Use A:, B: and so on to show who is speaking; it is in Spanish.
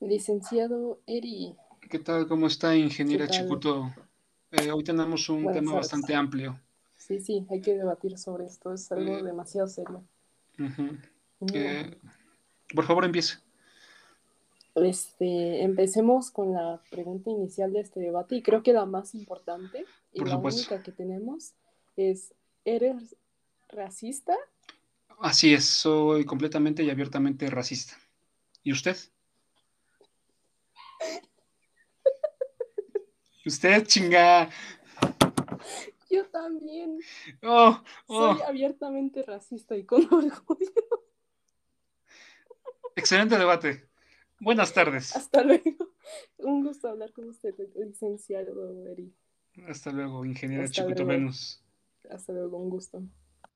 A: Licenciado Eri.
B: ¿Qué tal? ¿Cómo está, ingeniera
A: ¿Qué tal?
B: Chicuto? Eh, hoy tenemos un
A: Buenas
B: tema
A: tardes.
B: bastante amplio.
A: Sí, sí, hay que debatir sobre esto. Es algo
B: Eh,
A: demasiado serio.
B: Ujú.
A: Mira,
B: Eh, por favor, empiece.
A: este, empecemos con la pregunta inicial de este debate y creo que la más importante y
B: Por
A: la
B: supuesto.
A: única que tenemos es, ¿eres racista?
B: Así es, soy completamente y abiertamente racista. ¿Y usted? ¿Usted, chinga?
A: Yo también
B: Oh, oh,
A: soy abiertamente racista y con orgullo.
B: excelente debate. Buenas tardes.
A: Hasta luego. Un gusto hablar con usted, licenciado Eri.
B: Hasta luego, ingeniera
A: Hasta
B: Chicuto
A: luego.
B: Venus.
A: Hasta luego, un gusto.